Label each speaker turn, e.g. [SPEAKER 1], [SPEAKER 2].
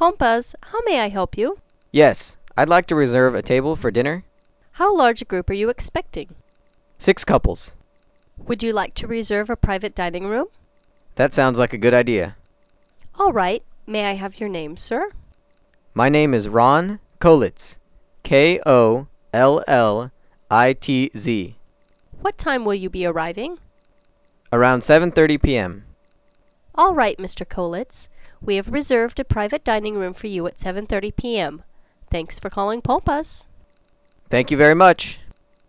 [SPEAKER 1] Pompas, how may I help you?
[SPEAKER 2] Yes, I'd like to reserve a table for dinner.
[SPEAKER 1] How large a group are you expecting?
[SPEAKER 2] Six couples.
[SPEAKER 1] Would you like to reserve a private dining room?
[SPEAKER 2] That sounds like a good idea.
[SPEAKER 1] All right. May I have your name, sir?
[SPEAKER 2] My name is Ron Kolitz. K O L L I T Z.
[SPEAKER 1] What time will you be arriving?
[SPEAKER 2] Around 7:30 p.m.
[SPEAKER 1] All right, Mr. Kolitz. We have reserved a private dining room for you at 7:30 p.m. Thanks for calling Pompas.
[SPEAKER 2] Thank you very much.